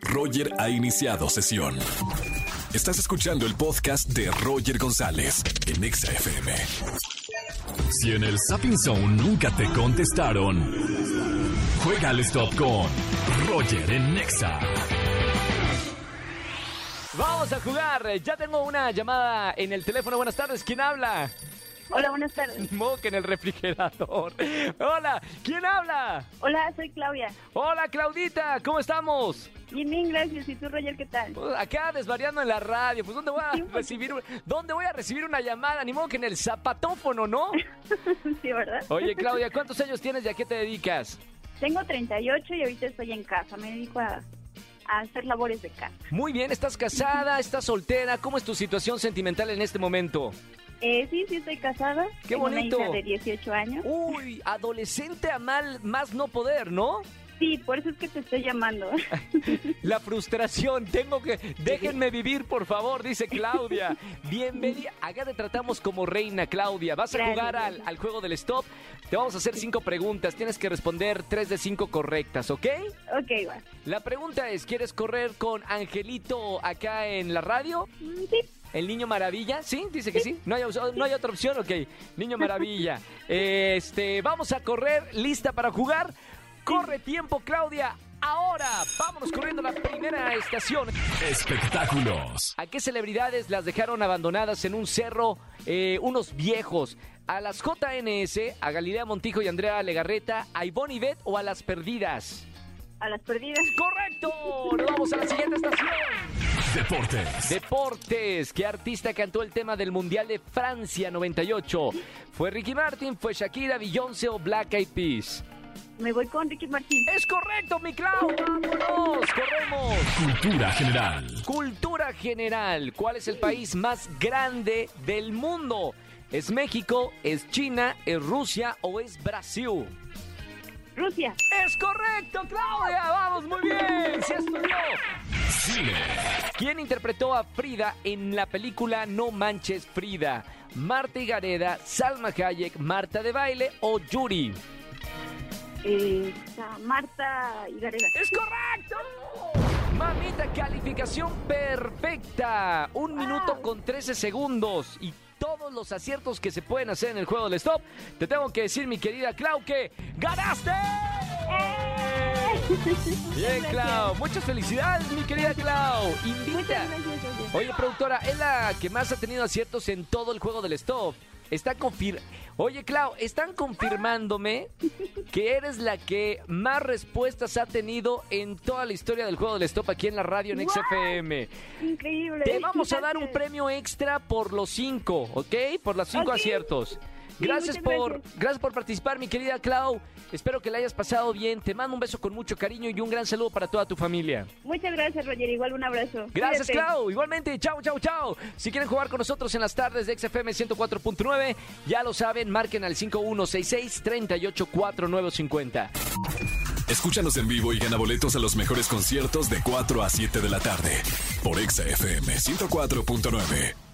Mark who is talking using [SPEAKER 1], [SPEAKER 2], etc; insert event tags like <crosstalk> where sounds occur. [SPEAKER 1] Roger ha iniciado sesión. Estás escuchando el podcast de Roger González en Exa FM. Si en el Sapping Zone nunca te contestaron, juega al stop con Roger en Nexa.
[SPEAKER 2] Vamos a jugar. Ya tengo una llamada en el teléfono. Buenas tardes. ¿Quién habla?
[SPEAKER 3] Hola, buenas tardes.
[SPEAKER 2] Moque en el refrigerador. <laughs> Hola. ¿Quién habla?
[SPEAKER 3] Hola, soy Claudia.
[SPEAKER 2] Hola, Claudita. ¿Cómo estamos?
[SPEAKER 3] Bien, bien, gracias. ¿Y tú, Roger, qué tal? <laughs>
[SPEAKER 2] Pues acá desvariando en la radio. Pues ¿dónde voy a recibir, un- ¿dónde voy a recibir una llamada? Ni modo que en el zapatófono, ¿no?
[SPEAKER 3] sí, ¿verdad?
[SPEAKER 2] Oye, Claudia, ¿cuántos años tienes y a qué te dedicas?
[SPEAKER 3] Tengo 38 y ahorita estoy en casa. Me dedico a, a hacer labores de casa.
[SPEAKER 2] Muy bien, ¿estás casada? ¿Estás soltera? ¿Cómo es tu situación sentimental en este momento?
[SPEAKER 3] Eh, sí, sí, estoy casada.
[SPEAKER 2] Qué
[SPEAKER 3] Tengo
[SPEAKER 2] bonito.
[SPEAKER 3] Una hija de 18 años.
[SPEAKER 2] Uy, adolescente a mal más no poder, ¿no?
[SPEAKER 3] Sí, por eso es que te estoy llamando. <laughs>
[SPEAKER 2] La frustración, tengo que. Déjenme vivir, por favor, dice Claudia. Bienvenida. Acá te tratamos como reina, Claudia. Vas a
[SPEAKER 3] Gracias,
[SPEAKER 2] jugar al,
[SPEAKER 3] gracias.
[SPEAKER 2] al juego del stop. Te vamos a hacer cinco preguntas. Tienes que responder tres de cinco correctas, ¿ok?
[SPEAKER 3] ok, va.
[SPEAKER 2] La pregunta es: ¿quieres correr con Angelito acá en la radio?
[SPEAKER 3] Mm, Sí,
[SPEAKER 2] El niño maravilla, ¿sí? Dice que sí. No hay, opción- no hay otra opción, ok. Niño maravilla. Este, vamos a correr, lista para jugar. Corre tiempo, Claudia. Ahora, vámonos corriendo a la primera estación.
[SPEAKER 1] Espectáculos,
[SPEAKER 2] ¿A qué celebridades las dejaron abandonadas en un cerro eh, unos viejos? ¿A las JNS, a Galilea Montijo y Andrea Legarreta, a Ivonne Ivet o a las perdidas?
[SPEAKER 3] a las perdidas.
[SPEAKER 2] ¡Correcto! Nos vamos a la siguiente estación.
[SPEAKER 1] deportes,
[SPEAKER 2] Deportes. ¿Qué artista cantó el tema del Mundial de Francia 98? ¿Fue Ricky Martin, fue Shakira, Beyoncé o Black Eyed Peas?
[SPEAKER 3] Me voy con Ricky Martín.
[SPEAKER 2] ¡Es correcto, mi Clau! ¡Vámonos! ¡Corremos!
[SPEAKER 1] cultura general,
[SPEAKER 2] Cultura general. ¿Cuál es el país más grande del mundo? ¿Es México, es China, es Rusia o es Brasil?
[SPEAKER 3] Rusia.
[SPEAKER 2] ¡Es correcto, Claudia! ¡Vamos, muy bien! ¡Se estudió!
[SPEAKER 1] cine,
[SPEAKER 2] ¿Quién interpretó a Frida en la película No Manches Frida? Marta Higareda, Salma Hayek, Marta de Baile o Yuri.
[SPEAKER 3] Eh, a Marta <laughs> Higareda.
[SPEAKER 2] ¡Es correcto! Mamita, calificación perfecta. Un minuto con 13 segundos y todos los aciertos que se pueden hacer en el juego del stop. Te tengo que decir, mi querida Clau, que ganaste. ¡Oh! Bien,
[SPEAKER 3] Gracias.
[SPEAKER 2] Clau. Muchas felicidades, mi querida Clau.
[SPEAKER 3] Muchas
[SPEAKER 2] Invita.
[SPEAKER 3] gracias, Roger.
[SPEAKER 2] Oye, productora, es la que más ha tenido aciertos en todo el juego del stop. Está confir... Oye, Clau, están confirmándome que eres la que más respuestas ha tenido en toda la historia del juego del stop aquí en la radio en
[SPEAKER 3] Wow.
[SPEAKER 2] XFM.
[SPEAKER 3] Increíble.
[SPEAKER 2] Te vamos a dar un
[SPEAKER 3] Gracias.
[SPEAKER 2] premio extra por los cinco, ¿ok? Por los cinco
[SPEAKER 3] Ok.
[SPEAKER 2] aciertos.
[SPEAKER 3] ¿Ah, Sí,
[SPEAKER 2] Gracias
[SPEAKER 3] muchas
[SPEAKER 2] por, gracias.
[SPEAKER 3] gracias.
[SPEAKER 2] por participar, mi querida Clau. Espero que la hayas pasado bien. Te mando un beso con mucho cariño y un gran saludo para toda tu familia.
[SPEAKER 3] Muchas gracias, Roger. Igual un abrazo.
[SPEAKER 2] Gracias,
[SPEAKER 3] Cuídate.
[SPEAKER 2] Clau. Igualmente, chao, chao, chao. Si quieren jugar con nosotros en las tardes de XFM 104.9, ya lo saben, marquen al 5166-384950.
[SPEAKER 1] Escúchanos en vivo y gana boletos a los mejores conciertos de 4 a 7 de la tarde por Exa FM 104.9.